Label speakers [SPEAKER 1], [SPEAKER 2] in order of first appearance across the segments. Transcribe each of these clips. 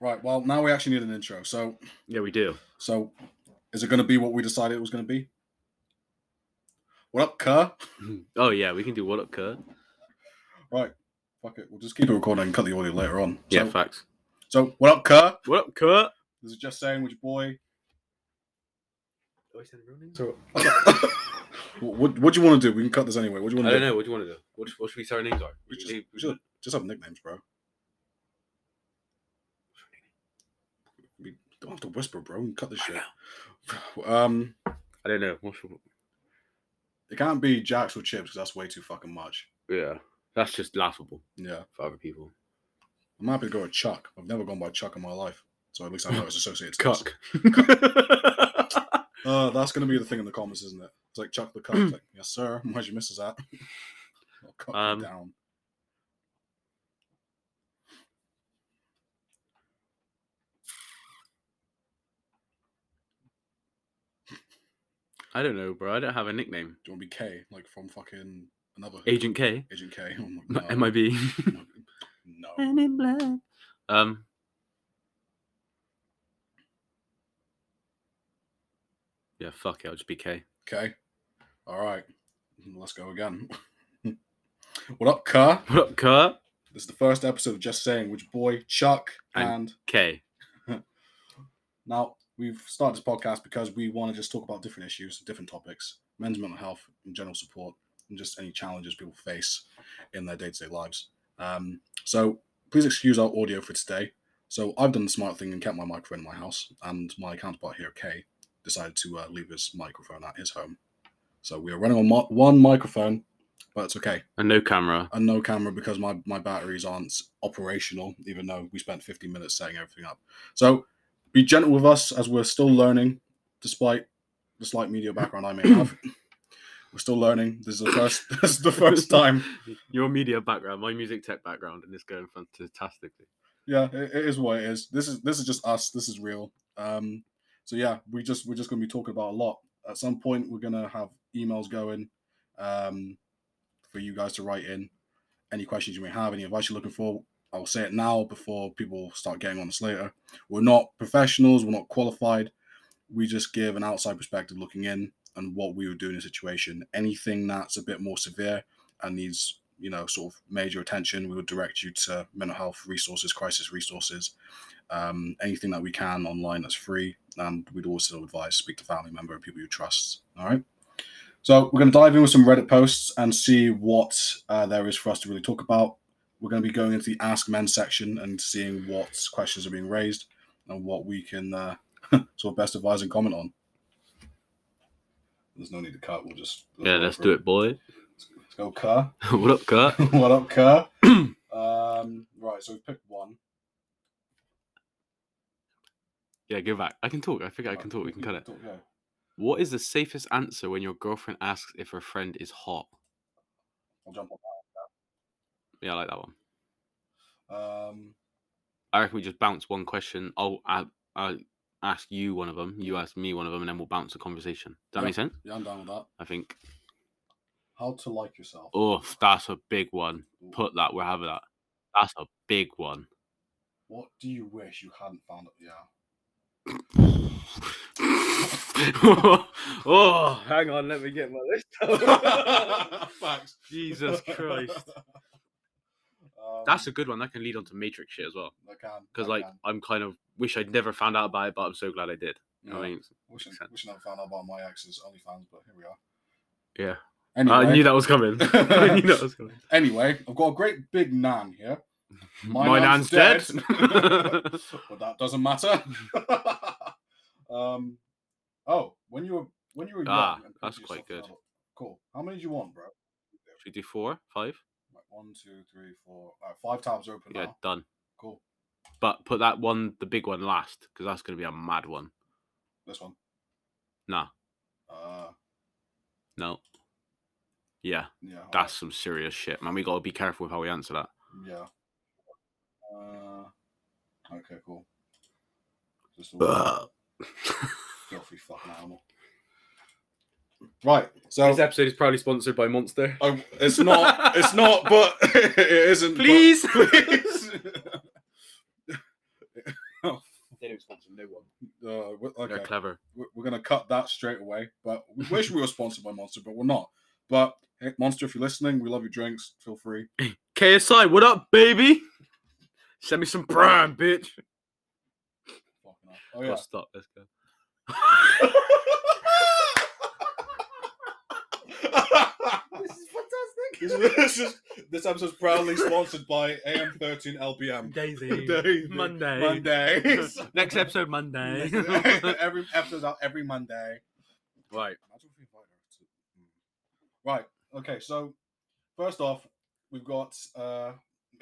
[SPEAKER 1] Right. Well, now we actually need an intro. So,
[SPEAKER 2] Yeah, we do.
[SPEAKER 1] so is it going to be what we decided it was going to be? What up, Kerr?
[SPEAKER 2] Oh yeah, we can do what up, Kurt.
[SPEAKER 1] Right. Fuck it. We'll just keep it recording and cut the audio later on.
[SPEAKER 2] Yeah,
[SPEAKER 1] So,
[SPEAKER 2] facts.
[SPEAKER 1] so what up, Kerr?
[SPEAKER 2] What up, Kurt?
[SPEAKER 1] This is just saying, which boy?
[SPEAKER 2] I
[SPEAKER 1] So, what, what do you want to do? We can cut this anyway. What do you want to
[SPEAKER 2] don't
[SPEAKER 1] do?
[SPEAKER 2] know. What do you want to do? What, what should we say our names are?
[SPEAKER 1] We just, we should just have nicknames, bro. We don't have to whisper, bro. We can cut this shit. Um,
[SPEAKER 2] I don't know. What should,
[SPEAKER 1] it can't be Jacks with chips because that's way too fucking much.
[SPEAKER 2] yeah, that's just laughable
[SPEAKER 1] Yeah.
[SPEAKER 2] for other people.
[SPEAKER 1] I'm happy to go with Chuck. I've never gone by Chuck in my life. So at least I know it's associated to this.
[SPEAKER 2] Cuck.
[SPEAKER 1] Uh, that's going to be the thing in the comments, isn't it? It's like Chuck the Cuck. It's like, yes, sir. Why'd you miss us at? I'll cut you
[SPEAKER 2] Um,
[SPEAKER 1] down.
[SPEAKER 2] I don't know, bro. I don't have a nickname.
[SPEAKER 1] Do you want to be K? Like from fucking another
[SPEAKER 2] Agent K,
[SPEAKER 1] Agent K? Oh my
[SPEAKER 2] M-
[SPEAKER 1] god.
[SPEAKER 2] MIB.
[SPEAKER 1] No.
[SPEAKER 2] Men in black. Um. Yeah, fuck it. I'll just be K.
[SPEAKER 1] Okay. All right. Let's go again. what up, car?
[SPEAKER 2] What up, Kurt?
[SPEAKER 1] This is the first episode of Just Saying, which boy, Chuck,
[SPEAKER 2] And-
[SPEAKER 1] and
[SPEAKER 2] K.
[SPEAKER 1] Now, we've started this podcast because we want to just talk about different issues, different topics, men's mental health and general support, and just any challenges people face in their day to day lives. Um, so, please excuse our audio for today. So, I've done the smart thing and kept my microphone in my house, and my counterpart here, Kay, decided to uh, leave his microphone at his home. So, we are running on mi- one microphone, but it's okay
[SPEAKER 2] And no camera.
[SPEAKER 1] and no camera because my, my batteries aren't operational, even though we spent 15 minutes setting everything up. So be gentle with us as we're still learning, despite the slight media background I may have. We're still learning. This is the first this is the first time.
[SPEAKER 2] Your media background, my music tech background, and it's going fantastically.
[SPEAKER 1] Yeah, it, it is what it is. This is this is just us. This is real. Um so yeah, we just we're just gonna be talking about a lot. At some point we're gonna have emails going um for you guys to write in. any questions you may have, any advice you're looking for, I'll say it now before people start getting on us later. We're not professionals, we're not qualified. We just give an outside perspective looking in and what we would do in a situation. Anything that's a bit more severe and needs, you know, sort of major attention, we would direct you to mental health resources, crisis resources, um, anything that we can online that's free. And we'd also advise speak to family member and people you trust. All right. So we're going to dive in with some Reddit posts and see what uh, there is for us to really talk about. We're going to be going into the Ask Men section and seeing what questions are being raised and what we can uh, sort of best advise and comment on. There's no need to cut. We'll just
[SPEAKER 2] Yeah, let's do it, boy.
[SPEAKER 1] Let's go, Kerr.
[SPEAKER 2] what up, Kurt?
[SPEAKER 1] what up, Kerr? um, right, so we picked one.
[SPEAKER 2] Yeah, go back. I can talk. I think I can talk. We can cut it.
[SPEAKER 1] Talk, yeah.
[SPEAKER 2] What is the safest answer when your girlfriend asks if her friend is hot?
[SPEAKER 1] I'll jump on
[SPEAKER 2] Yeah, I like that one.
[SPEAKER 1] that. Um,
[SPEAKER 2] I reckon we just bounce one question. I'll I, I ask you one of them. You ask me one of them, and then we'll bounce a conversation. Does that make sense?
[SPEAKER 1] yeah, I'm down with that.
[SPEAKER 2] I think.
[SPEAKER 1] How to like yourself.
[SPEAKER 2] Oh, that's a big one. Put that. We're having that. That's a big one.
[SPEAKER 1] What do you wish you hadn't found out? Yeah.
[SPEAKER 2] oh, hang on. Let me get my list. out.
[SPEAKER 1] Facts.
[SPEAKER 2] Jesus Christ.
[SPEAKER 1] Um,
[SPEAKER 2] That's a good one. That can lead on to Matrix shit as well.
[SPEAKER 1] I can.
[SPEAKER 2] Because
[SPEAKER 1] I
[SPEAKER 2] like
[SPEAKER 1] can.
[SPEAKER 2] I'm kind of wish I'd never found out about it, but I'm so glad I did. You know what I
[SPEAKER 1] Yeah.
[SPEAKER 2] mean,
[SPEAKER 1] wish, I,
[SPEAKER 2] sense.
[SPEAKER 1] wish I never found out about my ex's OnlyFans, but here we are.
[SPEAKER 2] yeah. Uh,
[SPEAKER 1] Anyway,
[SPEAKER 2] I knew that was coming. I knew that was coming.
[SPEAKER 1] anyway, I've got a great big nan here.
[SPEAKER 2] My,
[SPEAKER 1] nan's
[SPEAKER 2] nan's, dead.
[SPEAKER 1] but that doesn't matter. um, oh, when you were when you were young,
[SPEAKER 2] Ah,
[SPEAKER 1] and
[SPEAKER 2] that's
[SPEAKER 1] pissed
[SPEAKER 2] quite
[SPEAKER 1] yourself
[SPEAKER 2] good.
[SPEAKER 1] out- Cool. How many do you want, bro?
[SPEAKER 2] Should we do four, five?
[SPEAKER 1] Like one, two, three, four. All right, five tabs open
[SPEAKER 2] Yeah,
[SPEAKER 1] now.
[SPEAKER 2] done.
[SPEAKER 1] Cool.
[SPEAKER 2] But put that one, the big one, last because that's gonna be a mad one.
[SPEAKER 1] This one.
[SPEAKER 2] Nah,
[SPEAKER 1] Uh,
[SPEAKER 2] no. Yeah,
[SPEAKER 1] yeah. all
[SPEAKER 2] that's some serious shit, man. We gotta be careful with how we answer that.
[SPEAKER 1] right, Yeah. Uh, okay, cool. Just a filthy fucking animal. Right. So
[SPEAKER 2] This episode is proudly sponsored by Monster.
[SPEAKER 1] I- it's not. It's not. But it isn't. but
[SPEAKER 2] Please.
[SPEAKER 1] please. Uh, Okay.
[SPEAKER 2] Clever.
[SPEAKER 1] We're, we're gonna cut that straight away. But we wish we were sponsored by Monster, but we're not. But hey, Monster, if you're listening, we love your drinks. Feel free.
[SPEAKER 2] KSI, what up, baby? Send me some brand, bitch.
[SPEAKER 1] Fucking hell. Oh
[SPEAKER 2] Oh,
[SPEAKER 1] yeah.
[SPEAKER 2] stop. Let's go.
[SPEAKER 1] this is fantastic. This, is, this episode's proudly sponsored by AM13 LBM.
[SPEAKER 2] Daisy.
[SPEAKER 1] Daisy.
[SPEAKER 2] Monday.
[SPEAKER 1] Mondays.
[SPEAKER 2] Next episode, Monday.
[SPEAKER 1] every episode's out every Monday.
[SPEAKER 2] right.
[SPEAKER 1] Imagine if we invite her to- Mm. hmm. Right. Okay. So first off, we've got uh,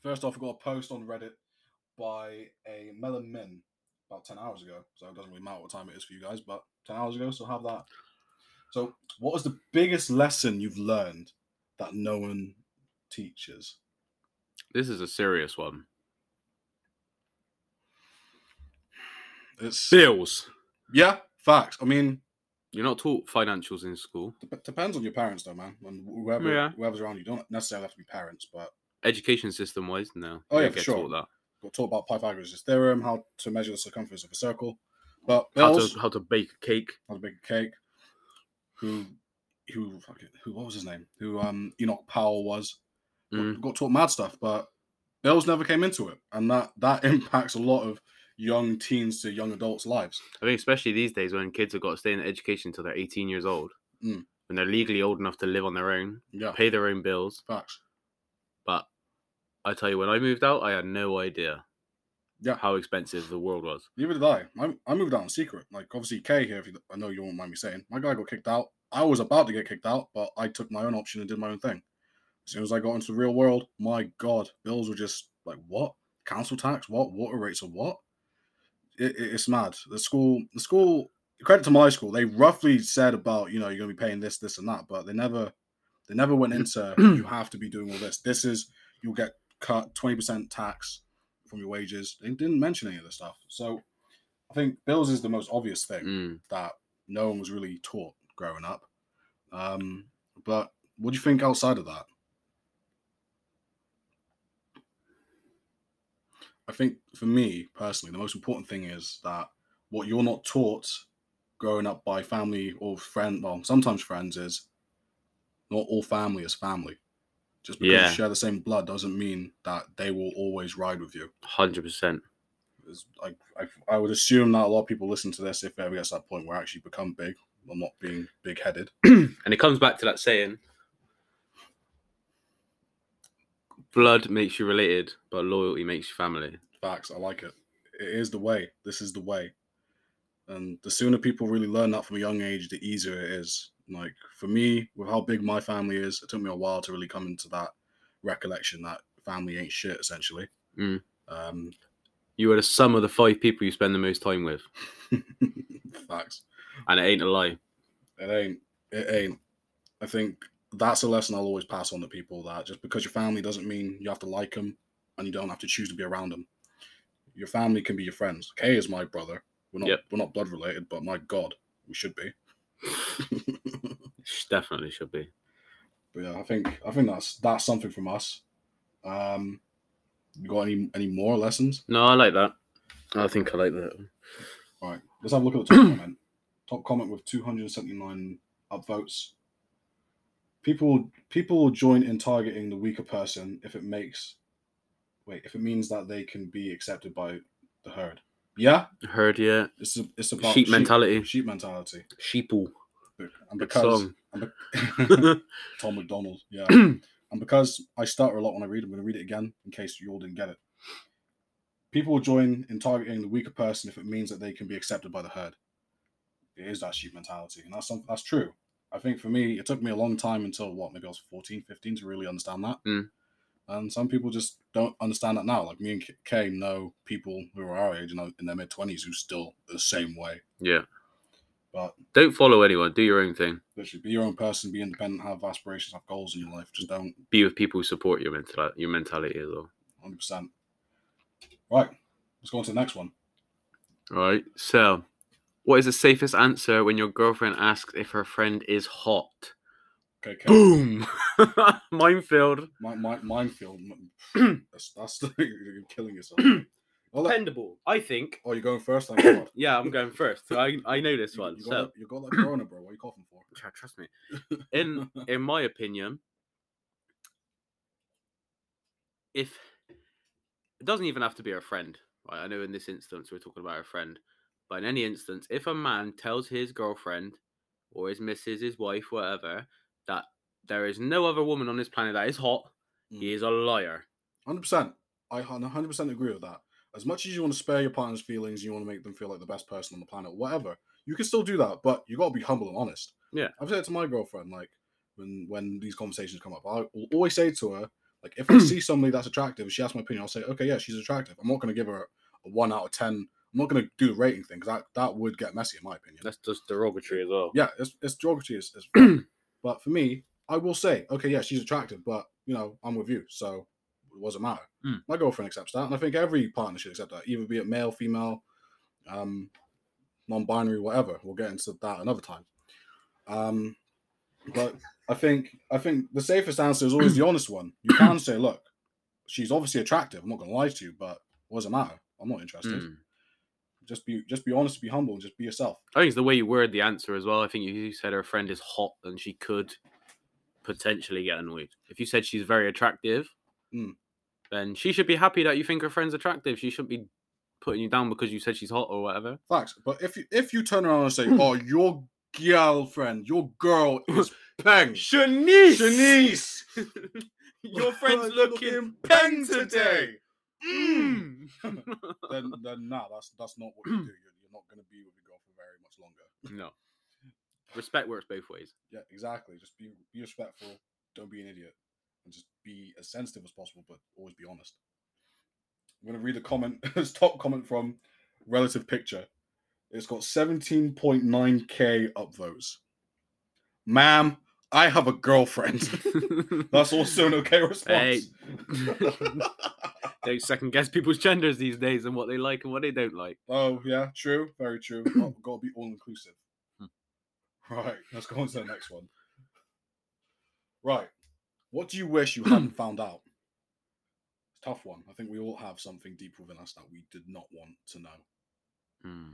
[SPEAKER 1] first off we've got a post on Reddit by a Melon Min about ten hours ago. So it doesn't really matter what time it is for you guys, but ten hours ago. So have that. So what is the biggest lesson you've learned that no one teaches?
[SPEAKER 2] This is a serious one.
[SPEAKER 1] It's
[SPEAKER 2] Bills.
[SPEAKER 1] yeah, facts. I mean,
[SPEAKER 2] You're not taught financials in school.
[SPEAKER 1] dep- depends on your parents though, man, and whoever
[SPEAKER 2] Yeah.
[SPEAKER 1] whoever's around you. Don't necessarily have to be parents, but
[SPEAKER 2] Education system wise, no.
[SPEAKER 1] Oh,
[SPEAKER 2] You
[SPEAKER 1] yeah,
[SPEAKER 2] don't
[SPEAKER 1] for sure.
[SPEAKER 2] taught that.
[SPEAKER 1] We'll talk about Pythagoras' theorem, how to measure the circumference of a circle. But
[SPEAKER 2] How
[SPEAKER 1] Bills,
[SPEAKER 2] to, how to bake a cake.
[SPEAKER 1] how to bake a cake. Who, who, fucking, who? What was his name? Who? Um, Enoch Powell was. Got-
[SPEAKER 2] Mm.
[SPEAKER 1] Got taught mad stuff, but Bills never came into it, and that that impacts a lot of young teens to young adults' lives.
[SPEAKER 2] I think especially these days when kids have got to stay in education until they're 18 years old,
[SPEAKER 1] Mm.
[SPEAKER 2] when they're legally old enough to live on their own,
[SPEAKER 1] Yeah,
[SPEAKER 2] pay their own bills.
[SPEAKER 1] facts.
[SPEAKER 2] But I tell you, when I moved out, I had no idea
[SPEAKER 1] Yeah.
[SPEAKER 2] how expensive the world was.
[SPEAKER 1] Neither did I. I, I moved out in secret. Like obviously K here. If you, I know you won't mind me saying, my guy got kicked out. I was about to get kicked out, but I took my own option and did my own thing. As soon as I got into the real world, my god, bills were just like what council tax, what water rates, or what. It, it- it's mad. The school, the school. Credit to my school. They roughly said about you know you're gonna be paying this, this, and that, but they never, they never went into you have to be doing all this. This is you'll get cut twenty percent tax from your wages. They didn't mention any of this stuff. So I think bills is the most obvious thing
[SPEAKER 2] Mm.
[SPEAKER 1] that no one was really taught growing up. Um, but what do you think outside of that? I think for me personally, the most important thing is that what you're not taught growing up by family or friend, well, sometimes friends, is not all family is family. Just because
[SPEAKER 2] Yeah.
[SPEAKER 1] you share the same blood doesn't mean that they will always ride with you.
[SPEAKER 2] 100%.
[SPEAKER 1] It's like I, I would assume that a lot of people listen to this if it ever gets to that point where I actually become big. I'm not being big headed.
[SPEAKER 2] And it comes back to that saying blood makes you related, but loyalty makes you family.
[SPEAKER 1] Facts. I like it. It is the way. This is the way. And the sooner people really learn that from a young age, the easier it is. Like for me, with how big my family is, it took me a while to really come into that recollection that family ain't shit, essentially.
[SPEAKER 2] Mm.
[SPEAKER 1] Um,
[SPEAKER 2] You are the sum of the five people you spend the most time with.
[SPEAKER 1] facts.
[SPEAKER 2] And it ain't a lie.
[SPEAKER 1] It ain't. It ain't. I think that's a lesson I'll always pass on to people that just because your family doesn't mean you have to like them and you don't have to choose to be around them. Your family can be your friends. Kay is my brother. We're not
[SPEAKER 2] Yep.
[SPEAKER 1] we're not blood related, but my god, we should be.
[SPEAKER 2] Sh- Definitely should be.
[SPEAKER 1] but yeah, I think I think that's that's something from us. Um you got any any more lessons?
[SPEAKER 2] No, I like that. I think I like that.
[SPEAKER 1] All right. Let's have a look at the top comment. Top comment with 279 upvotes. People people will join in targeting the weaker person if it makes wait, if it means that they can be accepted by the herd. Yeah?
[SPEAKER 2] Heard yeah.
[SPEAKER 1] It's a, it's about
[SPEAKER 2] sheep mentality. um,
[SPEAKER 1] Sheep mentality.
[SPEAKER 2] Sheeple.
[SPEAKER 1] And
[SPEAKER 2] Good
[SPEAKER 1] because
[SPEAKER 2] song.
[SPEAKER 1] and be-
[SPEAKER 2] That's
[SPEAKER 1] Tom McDonald, yeah. and because I stutter a lot when I read, I'm going to read it again in case you all didn't get it. People will join in targeting the weaker person if it means that they can be accepted by the herd. It is that sheep mentality, and that's something that's true. I think for me, it took me a long time until what maybe I was 14, 15 to really understand that.
[SPEAKER 2] Mm.
[SPEAKER 1] And some people just don't understand that now. Like me and K- Kay know people who are our age and are in their mid twenties who still the same way.
[SPEAKER 2] yeah.
[SPEAKER 1] But
[SPEAKER 2] Don't follow anyone. Do your own thing.
[SPEAKER 1] literally, be your own person, be independent, have aspirations, have goals in your life. Just don't
[SPEAKER 2] Be with people who support your mental your mentality as well.
[SPEAKER 1] hundred percent. Right, let's go on to the next one.
[SPEAKER 2] All right. So, what is the safest answer when your girlfriend asks if her friend is hot?
[SPEAKER 1] Okay, okay.
[SPEAKER 2] Boom. Minefield.
[SPEAKER 1] My, my, minefield. m- that's that's you're killing yourself. Well, look-
[SPEAKER 2] Dependable. I think.
[SPEAKER 1] oh, you're going first. Thank God.
[SPEAKER 2] Yeah, I'm going first. So I I know this
[SPEAKER 1] You-
[SPEAKER 2] one.
[SPEAKER 1] You
[SPEAKER 2] So
[SPEAKER 1] got, that, you got that corona, bro. What are you coughing for?
[SPEAKER 2] Tr- trust me. In in my opinion, if it doesn't even have to be a friend, right? I know in this instance we're talking about a friend, but in any instance, if a man tells his girlfriend or his missus, his wife, whatever, that there is no other woman on this planet that is hot, he
[SPEAKER 1] Mm.
[SPEAKER 2] is a liar.
[SPEAKER 1] Hundred percent. I hundred percent agree with that. As much as you want to spare your partner's feelings, you want to make them feel like the best person on the planet, whatever. You can still do that, but you got to be humble and honest.
[SPEAKER 2] Yeah.
[SPEAKER 1] I've said it to my girlfriend like when when these conversations come up, I will always say to her like if I see somebody that's attractive, and she asks my opinion, I'll say okay, yeah, she's attractive. I'm not going to give her a one out of ten. I'm not going to do the rating thing because that that would get messy in my opinion.
[SPEAKER 2] That's just derogatory as well.
[SPEAKER 1] yeah, it's it's derogatory as, as fuck. but for me, I will say, okay, yeah, she's attractive, but you know, I'm with you, so it doesn't matter.
[SPEAKER 2] Mm.
[SPEAKER 1] My girlfriend accepts that, and I think every partner should accept that, either be it male, female, um, non-binary, whatever. We'll get into that another time. Um, but I think I think the safest answer is always the honest one. You can say, look, she's obviously attractive. I'm not gonna lie to you, but it doesn't matter. I'm not interested.
[SPEAKER 2] Mm.
[SPEAKER 1] Just be just be honest, be humble, and just be yourself.
[SPEAKER 2] I think it's the way you word the answer as well. I think if you said her friend is hot and she could potentially get annoyed. If you said she's very attractive,
[SPEAKER 1] Mm.
[SPEAKER 2] then she should be happy that you think her friend's attractive. She shouldn't be putting you down because you said she's hot or whatever.
[SPEAKER 1] Facts. But if you if you turn around and
[SPEAKER 2] Hmm.
[SPEAKER 1] say, "Oh, your girlfriend, your girl is peng,
[SPEAKER 2] Shanice!
[SPEAKER 1] Shanice,
[SPEAKER 2] Your friend's
[SPEAKER 1] You're
[SPEAKER 2] looking peng today!
[SPEAKER 1] Mm.
[SPEAKER 2] Mm.
[SPEAKER 1] then then nah, that's that's not what you
[SPEAKER 2] Hmm.
[SPEAKER 1] do. You're, you're not going to be with your girlfriend very much longer.
[SPEAKER 2] Mm. no. Respect works both ways.
[SPEAKER 1] Yeah, exactly. Just be be respectful. Don't be an idiot, and just be as sensitive as possible, but always be honest. I'm going to read a comment. this top comment from Relative Picture. It's got 17.9k upvotes. Ma'am, I have a girlfriend. That's also an okay
[SPEAKER 2] Hey.
[SPEAKER 1] response.
[SPEAKER 2] They second guess people's genders these days and what they like and what they don't like.
[SPEAKER 1] oh yeah, true, very true. Got, got to be all inclusive.
[SPEAKER 2] Hmm.
[SPEAKER 1] Right, let's go on to the next one. Right, what do you wish you hadn't found out? It's a tough one. I think we all have something deep within us that we did not want to know.
[SPEAKER 2] Mm.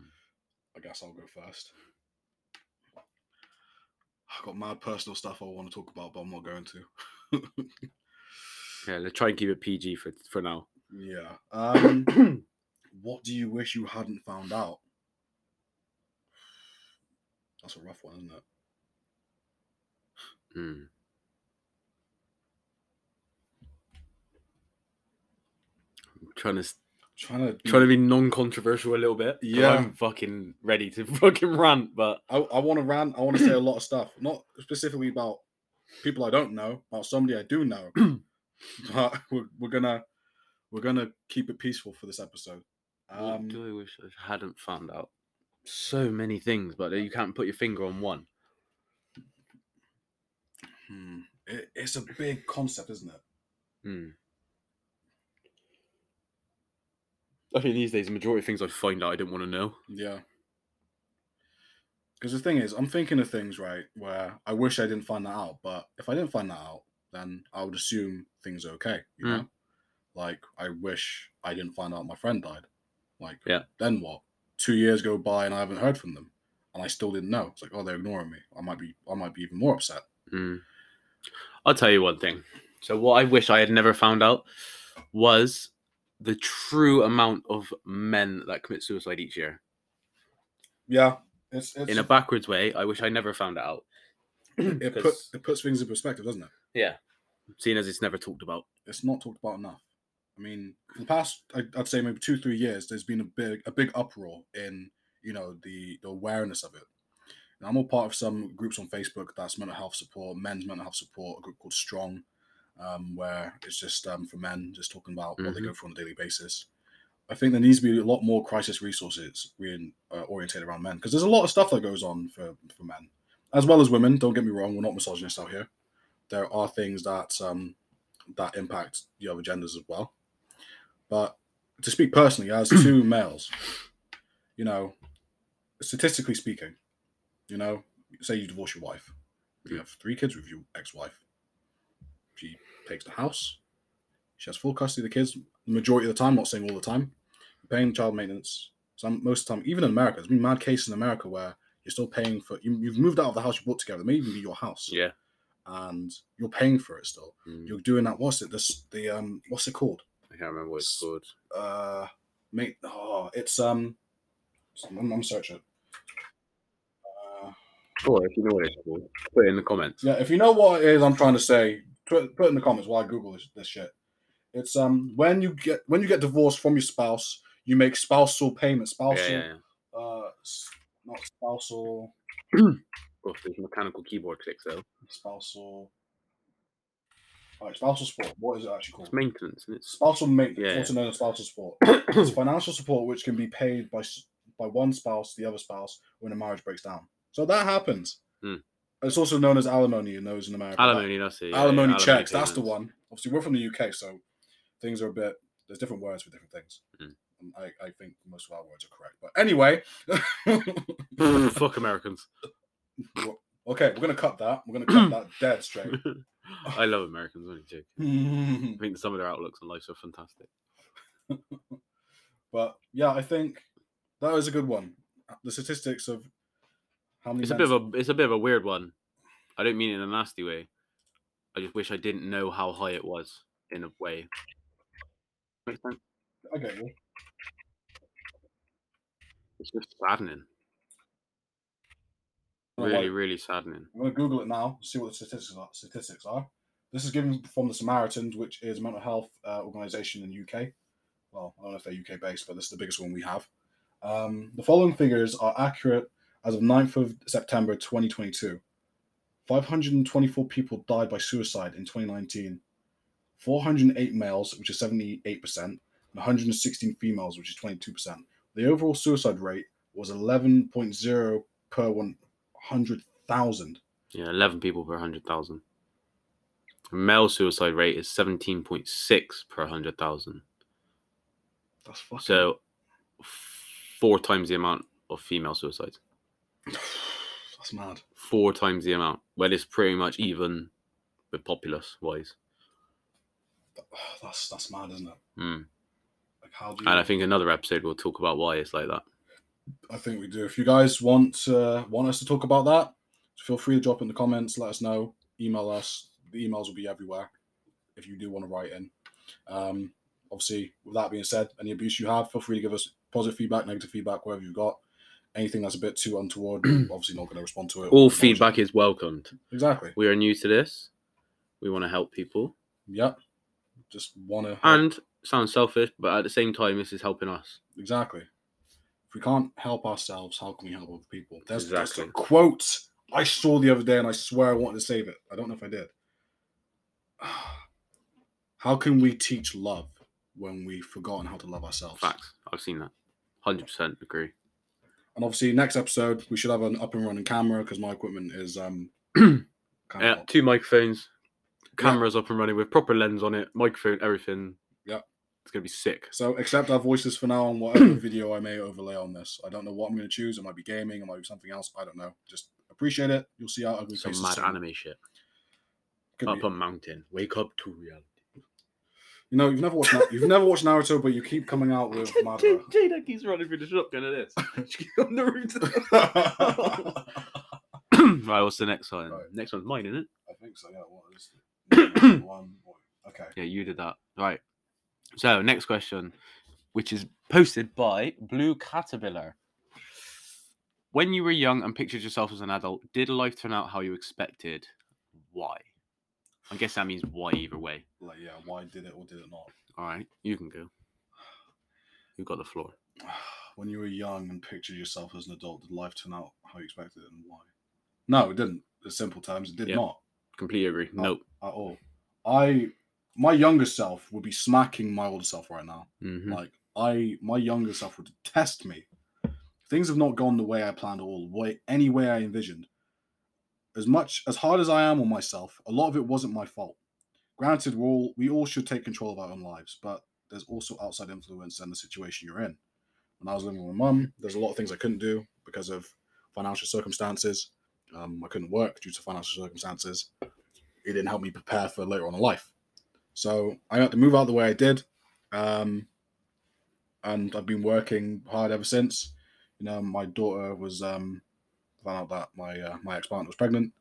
[SPEAKER 1] I guess I'll go first. I've got mad personal stuff I want to talk about, but I'm not going to.
[SPEAKER 2] Yeah, let's try and keep it PG for for now.
[SPEAKER 1] Yeah. Um, what do you wish you hadn't found out? That's a rough one, isn't it?
[SPEAKER 2] Mm. I'm trying to s-
[SPEAKER 1] Trying to, be,
[SPEAKER 2] trying to be non-controversial a little bit. 'cause
[SPEAKER 1] Yeah.
[SPEAKER 2] I'm fucking ready to fucking rant, but
[SPEAKER 1] I, I want to rant. I want to say a lot of stuff, not specifically about people I don't know, about somebody I do know. but we're, we're gonna we're gonna keep it peaceful for this episode.
[SPEAKER 2] what
[SPEAKER 1] Um,
[SPEAKER 2] do I wish I hadn't found out? So many things, but you can't put your finger on one.
[SPEAKER 1] hmm, it, it's a big concept, isn't it?
[SPEAKER 2] Mm. I think these days the majority of things I find out I don't want to know.
[SPEAKER 1] Yeah. Because the thing is, I'm thinking of things, right, where I wish I didn't find that out. But if I didn't find that out, then I would assume things are okay. You
[SPEAKER 2] Mm.
[SPEAKER 1] know? Like, I wish I didn't find out my friend died. Like,
[SPEAKER 2] Yeah.
[SPEAKER 1] then what? Two years go by and I haven't heard from them. And I still didn't know. It's like, oh, they're ignoring me. I might be, I might be even more upset.
[SPEAKER 2] Mm. I'll tell you one thing. So, what I wish I had never found out was the true amount of men that commit suicide each year.
[SPEAKER 1] Yeah, it's, it's
[SPEAKER 2] In a backwards way, I wish I never found it out.
[SPEAKER 1] it, put,
[SPEAKER 2] because-
[SPEAKER 1] it puts things in perspective, doesn't it?
[SPEAKER 2] Yeah. Seeing as it's never talked about.
[SPEAKER 1] it's not talked about enough. I mean, for the past, I- I'd say maybe two, three years, there's been a big, a big uproar in, you know, the, the awareness of it. And I'm all part of some groups on Facebook that's mental health support, men's mental health support, a group called Strong, um, where it's just um, for men, just talking about what they
[SPEAKER 2] Mhm.
[SPEAKER 1] go through on a daily basis. I think there needs to be a lot more crisis resources re- uh, oriented around men because there's a lot of stuff that goes on for, for men as well as women. Don't get me wrong, we're not misogynists out here. There are things that um, that impact the other genders as well. But to speak personally, as two males, you know, statistically speaking, you know, say you divorce your wife, you have three kids with your ex-wife. She takes the house. She has full custody of the kids. The majority of the time, not saying all the time. paying child maintenance. Some most of the time, even in America, there's been mad cases in America where you're still paying for you, you've moved out of the house you bought together. It may even be your house,
[SPEAKER 2] Yeah.
[SPEAKER 1] and you're paying for it still.
[SPEAKER 2] Mm.
[SPEAKER 1] You're doing that. What's it? This the um. What's it called?
[SPEAKER 2] I can't remember what it's
[SPEAKER 1] S-
[SPEAKER 2] called.
[SPEAKER 1] Uh, mate. Oh, it's um. I'm, I'm searching. it. Uh,
[SPEAKER 2] Or if you know what it's called, put it in the comments.
[SPEAKER 1] yeah, if you know what it is, I'm trying to say, put, put in the comments while I Google this, this shit. It's um when you get when you get divorced from your spouse, you make spousal payments.
[SPEAKER 2] Yeah,
[SPEAKER 1] Spousal.
[SPEAKER 2] yeah, yeah.
[SPEAKER 1] uh s- not spousal
[SPEAKER 2] Oh, there's mechanical keyboard clicks though.
[SPEAKER 1] spousal all right, spousal support what is it actually
[SPEAKER 2] It's
[SPEAKER 1] called
[SPEAKER 2] maintenance, and it's
[SPEAKER 1] spousal maintenance
[SPEAKER 2] Yeah, yeah.
[SPEAKER 1] also known as spousal support
[SPEAKER 2] Hmm.
[SPEAKER 1] it's financial support which can be paid by s- by one spouse to the other spouse when a marriage breaks down so that happens
[SPEAKER 2] Hmm.
[SPEAKER 1] it's also known as alimony in those in america
[SPEAKER 2] alimony. That's it. yeah, yeah,
[SPEAKER 1] alimony checks that's the
[SPEAKER 2] payments.
[SPEAKER 1] one obviously we're from the uk so things are a bit there's different words for different things
[SPEAKER 2] Hmm.
[SPEAKER 1] And I, I think most of our words are correct but anyway
[SPEAKER 2] Fuck Americans.
[SPEAKER 1] okay we're gonna cut that we're gonna cut that dead straight
[SPEAKER 2] I love Americans. I'm only joking.
[SPEAKER 1] Mm.
[SPEAKER 2] I think some of their outlooks on life are fantastic.
[SPEAKER 1] But yeah, I think that was a good one. The statistics of how many
[SPEAKER 2] It's a bit of a it's a bit of a weird one. I don't mean it in a nasty way. I just wish I didn't know how high it was in a way. Makes sense.
[SPEAKER 1] a... I get you.
[SPEAKER 2] It's just saddening.
[SPEAKER 1] I don't know why-
[SPEAKER 2] Really, really saddening.
[SPEAKER 1] I'm going to Google it now, see what the statistics are. Statistics are. This is given from the Samaritans, which is a mental health uh, organisation in the UK. Well, I don't know if they're UK based, but this is the biggest one we have. Um, the following figures are accurate as of 9th of September 2022. 524 people died by suicide in 2019. 408 males, which is 78%, and 116 females, which is 22%. The overall suicide rate was 11.0 per 100,000.
[SPEAKER 2] Yeah, eleven people per hundred thousand. Male suicide rate is seventeen point six per hundred thousand.
[SPEAKER 1] That's fucking.
[SPEAKER 2] So four times the amount of female suicides.
[SPEAKER 1] that's mad.
[SPEAKER 2] Four times the amount. Well, it's pretty much even with populace wise.
[SPEAKER 1] Th- That's that's mad, isn't it?
[SPEAKER 2] Mm.
[SPEAKER 1] Like how do you?
[SPEAKER 2] And I think another episode we'll talk about why it's like that.
[SPEAKER 1] I think we do. If you guys want uh, want us to talk about that, feel free to drop in the comments. Let us know. Email us. The emails will be everywhere. If you do want to write in, um, obviously. With that being said, any abuse you have, feel free to give us positive feedback, negative feedback, whatever you've got. Anything that's a bit too untoward, we're obviously not going to respond to it.
[SPEAKER 2] All
[SPEAKER 1] Acknowledge it.
[SPEAKER 2] feedback is welcomed.
[SPEAKER 1] Exactly.
[SPEAKER 2] We are new to this. We want to help people.
[SPEAKER 1] Yep. Just want to.
[SPEAKER 2] And sounds selfish, but at the same time, this is helping us.
[SPEAKER 1] Exactly. If we can't help ourselves, how can we help other people? There's, there's a
[SPEAKER 2] Exactly.
[SPEAKER 1] quote I saw the other day, and I swear I wanted to save it. I don't know if I did. How can we teach love when we've forgotten how to love ourselves?
[SPEAKER 2] Facts. I've seen that. 100% agree.
[SPEAKER 1] And obviously, next episode we should have an up and running camera because my equipment is um. kind
[SPEAKER 2] Yeah,
[SPEAKER 1] of
[SPEAKER 2] two microphones, cameras up and running with proper lens on it, microphone, everything.
[SPEAKER 1] Yeah.
[SPEAKER 2] It's going to be sick.
[SPEAKER 1] So accept our voices for now on whatever video I may overlay on this. I don't know what I'm going to choose. It might be gaming. It might be something else. I don't know. Just appreciate it. You'll see our ugly
[SPEAKER 2] Some
[SPEAKER 1] faces.
[SPEAKER 2] mad
[SPEAKER 1] soon.
[SPEAKER 2] anime shit.
[SPEAKER 1] Could
[SPEAKER 2] Up
[SPEAKER 1] be-
[SPEAKER 2] a mountain. Wake up to reality.
[SPEAKER 1] You know, you've never watched Na- you've never watched Naruto, but you keep coming out with Madara.
[SPEAKER 2] Jada keeps running through the shotgun at this. on the roof.
[SPEAKER 1] I
[SPEAKER 2] right, what's the next one?
[SPEAKER 1] Right.
[SPEAKER 2] Next one's mine, isn't it?
[SPEAKER 1] think so. Yeah. What is the one? Okay.
[SPEAKER 2] Yeah, you did that. Right. So, next question, which is posted by Blue Caterpillar. When you were young and pictured yourself as an adult, did life turn out how you expected? Why? I guess that means why either way.
[SPEAKER 1] Like, yeah. Why did it or did it not?
[SPEAKER 2] All right, you can go. You got the floor.
[SPEAKER 1] When you were young and pictured yourself as an adult, did life turn out how you expected it, and why? No, it didn't. In simple terms, it did
[SPEAKER 2] Yeah.
[SPEAKER 1] not
[SPEAKER 2] Completely agree.
[SPEAKER 1] Oh.
[SPEAKER 2] Nope.
[SPEAKER 1] at all. I, my younger self would be smacking my older self right now.
[SPEAKER 2] hmm
[SPEAKER 1] Like I, my younger self would detest me. Things have not gone the way I planned at all, way any way I envisioned. As much as hard as I am on myself, a lot of it wasn't my fault. Granted, we all we all should take control of our own lives, but there's also outside influence and the situation you're in. When I was living with my mum, there's a lot of things I couldn't do because of financial circumstances. Um, I couldn't work due to financial circumstances. It didn't help me prepare for later on in life. So I had to move out the way I did. Um, and I've been working hard ever since. You know, my daughter was um, found out that my uh, my ex partner was pregnant,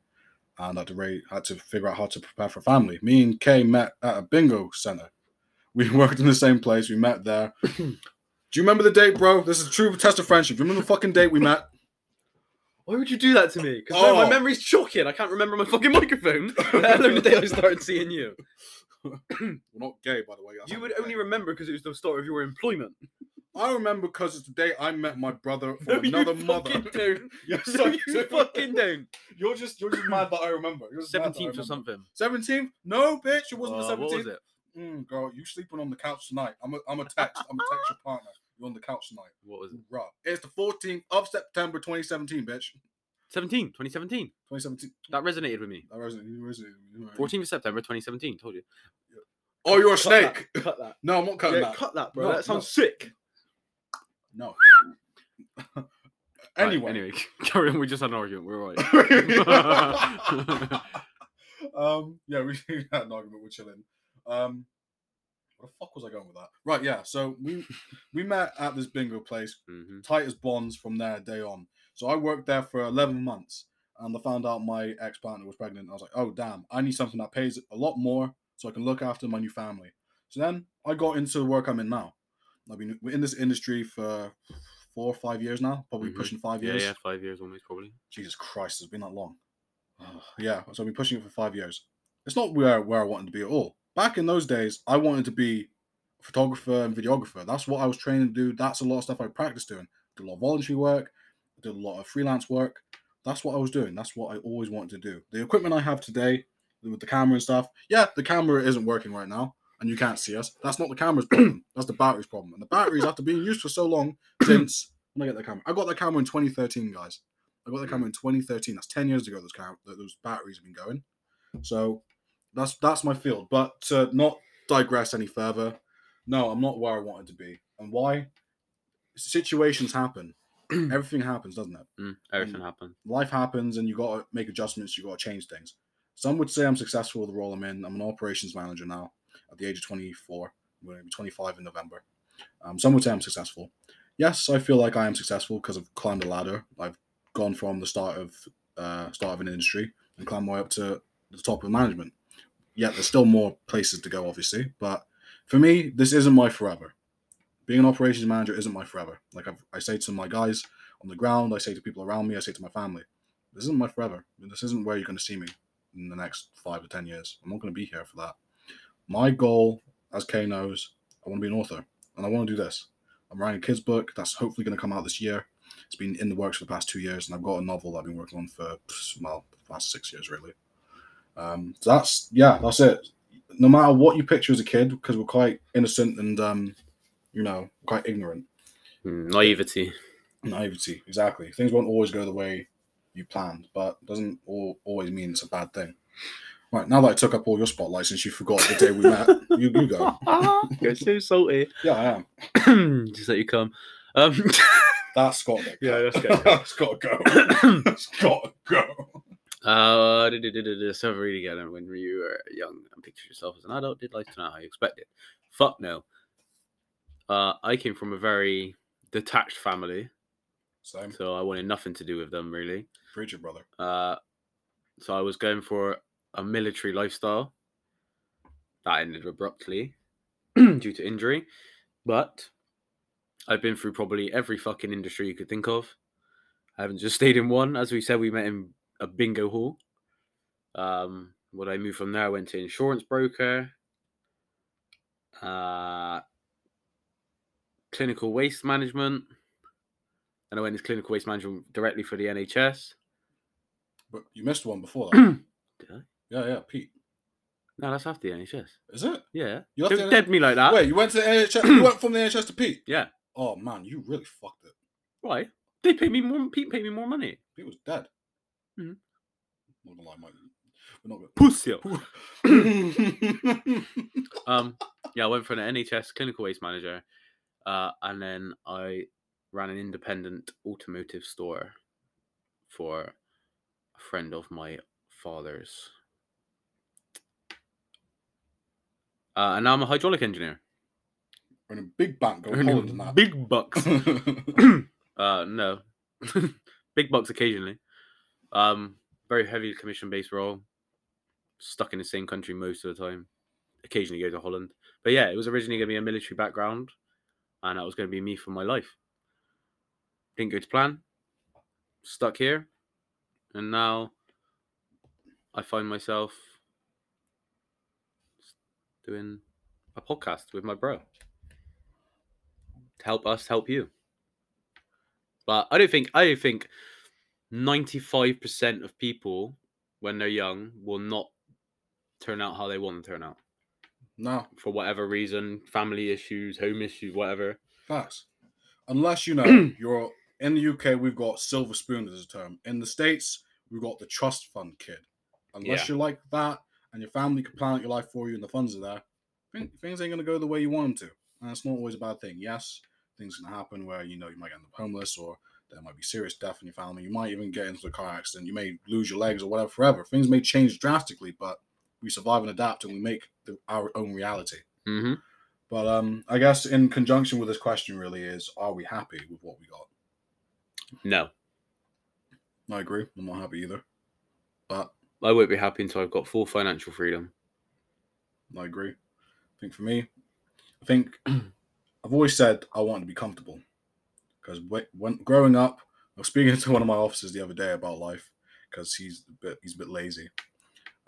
[SPEAKER 1] and I had to ra- had to figure out how to prepare for family. Me and Kay met at a bingo center. We worked in the same place. We met there. Do you remember the date, bro? This is a true test of friendship. Do you remember the fucking date we met?
[SPEAKER 2] Why would you do that to me? Because my
[SPEAKER 1] Oh.
[SPEAKER 2] memory's shocking. I can't remember my fucking microphone. let alone the day I started seeing you.
[SPEAKER 1] We're not gay, by the way. that's
[SPEAKER 2] You
[SPEAKER 1] not
[SPEAKER 2] would
[SPEAKER 1] gay.
[SPEAKER 2] only remember because it was the start of your employment.
[SPEAKER 1] I remember because it's the day I met my brother
[SPEAKER 2] No,
[SPEAKER 1] from
[SPEAKER 2] you
[SPEAKER 1] another
[SPEAKER 2] fucking
[SPEAKER 1] mother.
[SPEAKER 2] don't.
[SPEAKER 1] You're
[SPEAKER 2] No,
[SPEAKER 1] so-
[SPEAKER 2] you fucking don't.
[SPEAKER 1] You're just you're just mad that I remember. You're just mad that I
[SPEAKER 2] Seventeenth or
[SPEAKER 1] remember.
[SPEAKER 2] something.
[SPEAKER 1] Seventeenth? No, bitch, it wasn't
[SPEAKER 2] Uh,
[SPEAKER 1] the
[SPEAKER 2] what was
[SPEAKER 1] seventeenth.
[SPEAKER 2] it?
[SPEAKER 1] Mm, girl, you sleeping on the couch tonight. I'm a I'm a text. I'm a text your partner. You're on the couch tonight.
[SPEAKER 2] What was it?
[SPEAKER 1] Bruh. It's the 14th of September 2017, bitch.
[SPEAKER 2] 17, 2017.
[SPEAKER 1] 2017.
[SPEAKER 2] That resonated with me.
[SPEAKER 1] That resonated. you resonated with me, alright.
[SPEAKER 2] 14th of September 2017. Told you.
[SPEAKER 1] Oh, you're a
[SPEAKER 2] Cut that,
[SPEAKER 1] snake.
[SPEAKER 2] Cut that.
[SPEAKER 1] No, I'm not
[SPEAKER 2] Cut
[SPEAKER 1] cutting
[SPEAKER 2] that,
[SPEAKER 1] that.
[SPEAKER 2] cut that bro.
[SPEAKER 1] No,
[SPEAKER 2] that sounds sick.
[SPEAKER 1] No.
[SPEAKER 2] Right,
[SPEAKER 1] anyway.
[SPEAKER 2] anyway, carry on. We just had an argument. We're all right.
[SPEAKER 1] um, yeah, we had an argument. We're chilling. Um, where the fuck was I going with that? Right, yeah. So we we met at this bingo place,
[SPEAKER 2] Mhm.
[SPEAKER 1] tight as bonds from there day on. So I worked there for eleven months, and I found out my ex partner was pregnant. I was like, oh damn, I need something that pays a lot more so I can look after my new family. So then I got into the work I'm in now. I've been in this industry for four or five years now, probably
[SPEAKER 2] Mhm.
[SPEAKER 1] pushing five
[SPEAKER 2] Yeah,
[SPEAKER 1] years.
[SPEAKER 2] yeah, five years almost probably.
[SPEAKER 1] Jesus Christ, it's been that long. Ugh, yeah, so I've been pushing it for five years. It's not where where I wanted to be at all. Back in those days, I wanted to be a photographer and videographer. That's what I was training to do. That's a lot of stuff I practiced doing. Did a lot of voluntary work. I did a lot of freelance work. That's what I was doing. That's what I always wanted to do. The equipment I have today with the camera and stuff. Yeah, the camera isn't working right now, and you can't see us. That's not the camera's problem. That's the battery's problem. And the batteries, after being used for so long, since when I get that camera, I got that camera in 2013, guys. I got the camera in 2013. That's 10 years ago. Those cam- that those batteries have been going. So that's that's my field. But to not digress any further, no, I'm not where I wanted to be. And why? Situations happen. Everything happens, doesn't it?
[SPEAKER 2] Mm, everything
[SPEAKER 1] Mm.
[SPEAKER 2] happened.
[SPEAKER 1] life happens and you got to make adjustments, you got to change things. Some would say I'm successful with the role I'm in. I'm an operations manager now at the age of 24. I'm going to be 25 in November. Um, some would say I'm successful. Yes, I feel like I am successful because I've climbed a ladder. I've gone from the start of uh, start of an industry and climbed my way up to the top of management. Yet there's still more places to go, obviously. But for me, this isn't my forever. Being an operations manager isn't my forever. Like I've, I say to my guys on the ground, I say to people around me, I say to my family, this isn't my forever. This isn't where you're going to see me in the next five to 10 years. I'm not going to be here for that. My goal, as Kay knows, I want to be an author and I want to do this. I'm writing a kid's book that's hopefully going to come out this year. It's been in the works for the past two years, and I've got a novel that I've been working on for, pff, well, the past six years, really. Um, so that's, yeah, that's it. No matter what you picture as a kid, because we're quite innocent and, um, you know, quite ignorant
[SPEAKER 2] Mm, naivety.
[SPEAKER 1] naivety exactly things won't always go the way you planned but doesn't all, always mean it's a bad thing right now that i took up all your spotlight since you forgot the day we met you, you go
[SPEAKER 2] You're so salty.
[SPEAKER 1] yeah i am
[SPEAKER 2] Just let you come. Um,
[SPEAKER 1] that's got to
[SPEAKER 2] yeah,
[SPEAKER 1] go.
[SPEAKER 2] let's go.
[SPEAKER 1] that's got to go that's got to go
[SPEAKER 2] Uh, duh, duh, duh, duh, duh, so really good. And when you were young and pictured yourself as an adult, did life turn out how you expected? Fuck no. Uh, I came from a very detached family,
[SPEAKER 1] same
[SPEAKER 2] so I wanted nothing to do with them really.
[SPEAKER 1] preacher brother
[SPEAKER 2] Uh, so I was going for a military lifestyle. That ended abruptly due to injury, but I've been through probably every fucking industry you could think of. I haven't just stayed in one. As we said, we met in a bingo hall. Um, when I moved from there, I went to insurance broker, uh, clinical waste management, and I went into clinical waste management directly for the NHS.
[SPEAKER 1] but you missed one before that
[SPEAKER 2] Did I?
[SPEAKER 1] yeah yeah pete
[SPEAKER 2] No, that's after the NHS.
[SPEAKER 1] is it
[SPEAKER 2] Yeah.
[SPEAKER 1] you left
[SPEAKER 2] Don't
[SPEAKER 1] the,
[SPEAKER 2] dead me like that.
[SPEAKER 1] wait you went to the nhs you went from the nhs to pete
[SPEAKER 2] Yeah.
[SPEAKER 1] oh man you really fucked it
[SPEAKER 2] Why? They pay me more. Pete paid me more money.
[SPEAKER 1] pete was dead
[SPEAKER 2] Mhm.
[SPEAKER 1] not gonna lie mate we're not
[SPEAKER 2] Pussy.
[SPEAKER 1] gonna
[SPEAKER 2] Um. Yeah, I went for an NHS clinical waste manager, uh, and then I ran an independent automotive store for a friend of my father's. Uh, and now I'm a hydraulic engineer.
[SPEAKER 1] Earning a big bank, go Holland and that.
[SPEAKER 2] Big bucks. uh, no, big bucks occasionally. Um, very heavy commission based role. Stuck in the same country most of the time. Occasionally go to Holland, but yeah, it was originally going to be a military background, and that was going to be me for my life. Didn't go to plan. Stuck here, and now I find myself doing a podcast with my bro to help us help you. But I don't think I don't think ninety five percent of people when they're young will not turn out how they want to turn out
[SPEAKER 1] no,
[SPEAKER 2] for whatever reason, family issues, home issues, whatever.
[SPEAKER 1] facts. Unless you know you're in the UK, we've got silver spoon as a term. In the states, we've got the trust fund kid. Unless you're like that and your family can plan out your life for you and the funds are there, thi- things ain't gonna go the way you want them to. And that's not always a bad thing. Yes, things can happen where you know you might end up homeless or there might be serious death in your family. You might even get into a car accident. You may lose your legs or whatever forever. Things may change drastically, but we survive and adapt and we make the, our own reality.
[SPEAKER 2] Mm-hmm.
[SPEAKER 1] But um, I guess in conjunction with this question, really is: Are we happy with what we got?
[SPEAKER 2] No,
[SPEAKER 1] I agree. I'm not happy either, but
[SPEAKER 2] I won't be happy until I've got full financial freedom.
[SPEAKER 1] I agree. I think for me, I think I've always said I wanted to be comfortable because when growing up, I was speaking to one of my officers the other day about life because he's a bit he's a bit lazy,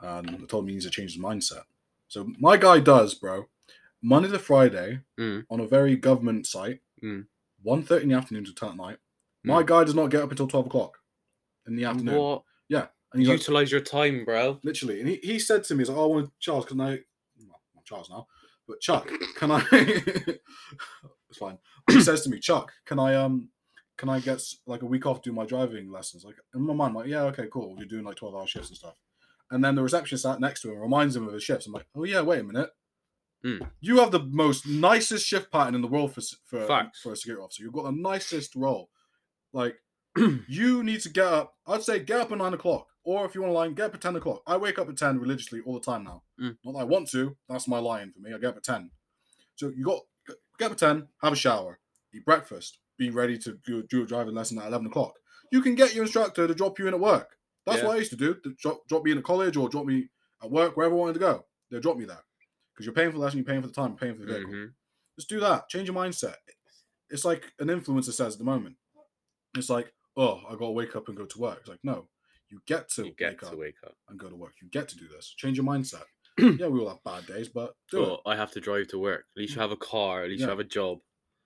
[SPEAKER 1] and I told him he needs to change his mindset. So my guy does, bro. Monday to Friday
[SPEAKER 2] Mm.
[SPEAKER 1] on a very government site,
[SPEAKER 2] Mm.
[SPEAKER 1] one thirty in the afternoon to ten at night. My guy does not get up until twelve o'clock in the afternoon,
[SPEAKER 2] What?
[SPEAKER 1] and he's like,
[SPEAKER 2] Utilize your time, bro.
[SPEAKER 1] literally. And he, he said to me, he's like, oh, I want Charles, can I? Well, I'm Charles now, but Chuck, can I? it's fine. he says to me, Chuck, can I um, can I get s- like a week off do my driving lessons? Like in my mind, I'm like yeah, okay, cool. You're doing like 12 hour shifts and stuff. And then the receptionist sat next to him reminds him of his shifts. I'm like, oh yeah, wait a minute.
[SPEAKER 2] Mm.
[SPEAKER 1] You have the most nicest shift pattern in the world for s- for, um,
[SPEAKER 2] Facts.
[SPEAKER 1] for a security officer. You've got the nicest role. Like you need to get up. I'd say get up at nine o'clock, or if you want to line, get up at ten o'clock. I wake up at ten religiously all the time now.
[SPEAKER 2] Mm.
[SPEAKER 1] Not that I want to. That's my line for me. I get up at ten. So you got get up at ten, have a shower, eat breakfast, be ready to do, do a driving lesson at eleven o'clock. You can get your instructor to drop you in at work. That's
[SPEAKER 2] Yeah.
[SPEAKER 1] what I used to do. To drop, drop me in at college or drop me at work, wherever I wanted to go. They'll drop me there because you're paying for the lesson, you're paying for the time, you're paying for the vehicle.
[SPEAKER 2] Mhm.
[SPEAKER 1] Just do that. Change your mindset. It's like an influencer says at the moment. It's like, oh, I gotta wake up and go to work. It's like, no, you get to
[SPEAKER 2] You
[SPEAKER 1] wake
[SPEAKER 2] get
[SPEAKER 1] up
[SPEAKER 2] to wake up.
[SPEAKER 1] and go to work. You get to do this. Change your mindset. yeah, we all have bad days, but do it.
[SPEAKER 2] Or I have to drive to work. At least you have a car. At least
[SPEAKER 1] Yeah.
[SPEAKER 2] you have a job.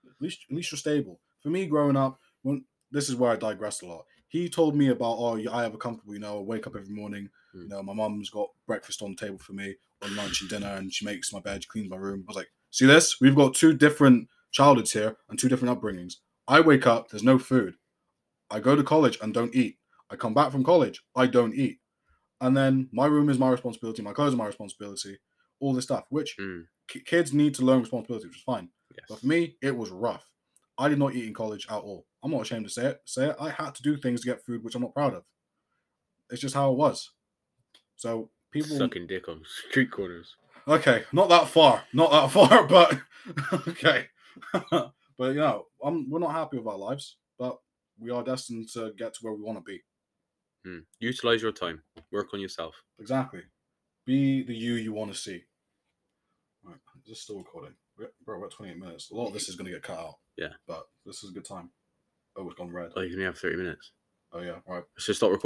[SPEAKER 1] At least, at least you're stable. For me, growing up, when this is where I digressed a lot. He told me about, oh, yeah, I have a comfortable, you know, I wake up every morning. You
[SPEAKER 2] Mm.
[SPEAKER 1] know, my mum's got breakfast on the table for me, or lunch and dinner, and she makes my bed, she cleans my room. I was like, see this? We've got two different childhoods here and two different upbringings. I wake up, there's no food. I go to college and don't eat. I come back from college, I don't eat. And then my room is my responsibility, my clothes are my responsibility, all this stuff, which
[SPEAKER 2] Mm.
[SPEAKER 1] ki- kids need to learn responsibility, which is fine. But
[SPEAKER 2] Yes.
[SPEAKER 1] for me, it was rough. I did not eat in college at all. I'm not ashamed to say it. Say it. I had to do things to get food, which I'm not proud of. It's just how it was. So people,
[SPEAKER 2] Sucking dick on street corners.
[SPEAKER 1] okay, not that far, not that far, but okay. but you know, I'm, we're not happy with our lives, but we are destined to get to where we want to be.
[SPEAKER 2] Mm. Utilize your time. Work on yourself.
[SPEAKER 1] Exactly. Be the you you want to see. Right, is this still recording? We're- Bro, we're at 28 minutes. A lot of this is going to get cut out.
[SPEAKER 2] Yeah.
[SPEAKER 1] But this is a good time. Oh, it's gone red.
[SPEAKER 2] Oh, you can only have thirty minutes.
[SPEAKER 1] Oh, yeah. All right.
[SPEAKER 2] Let's just stop recording.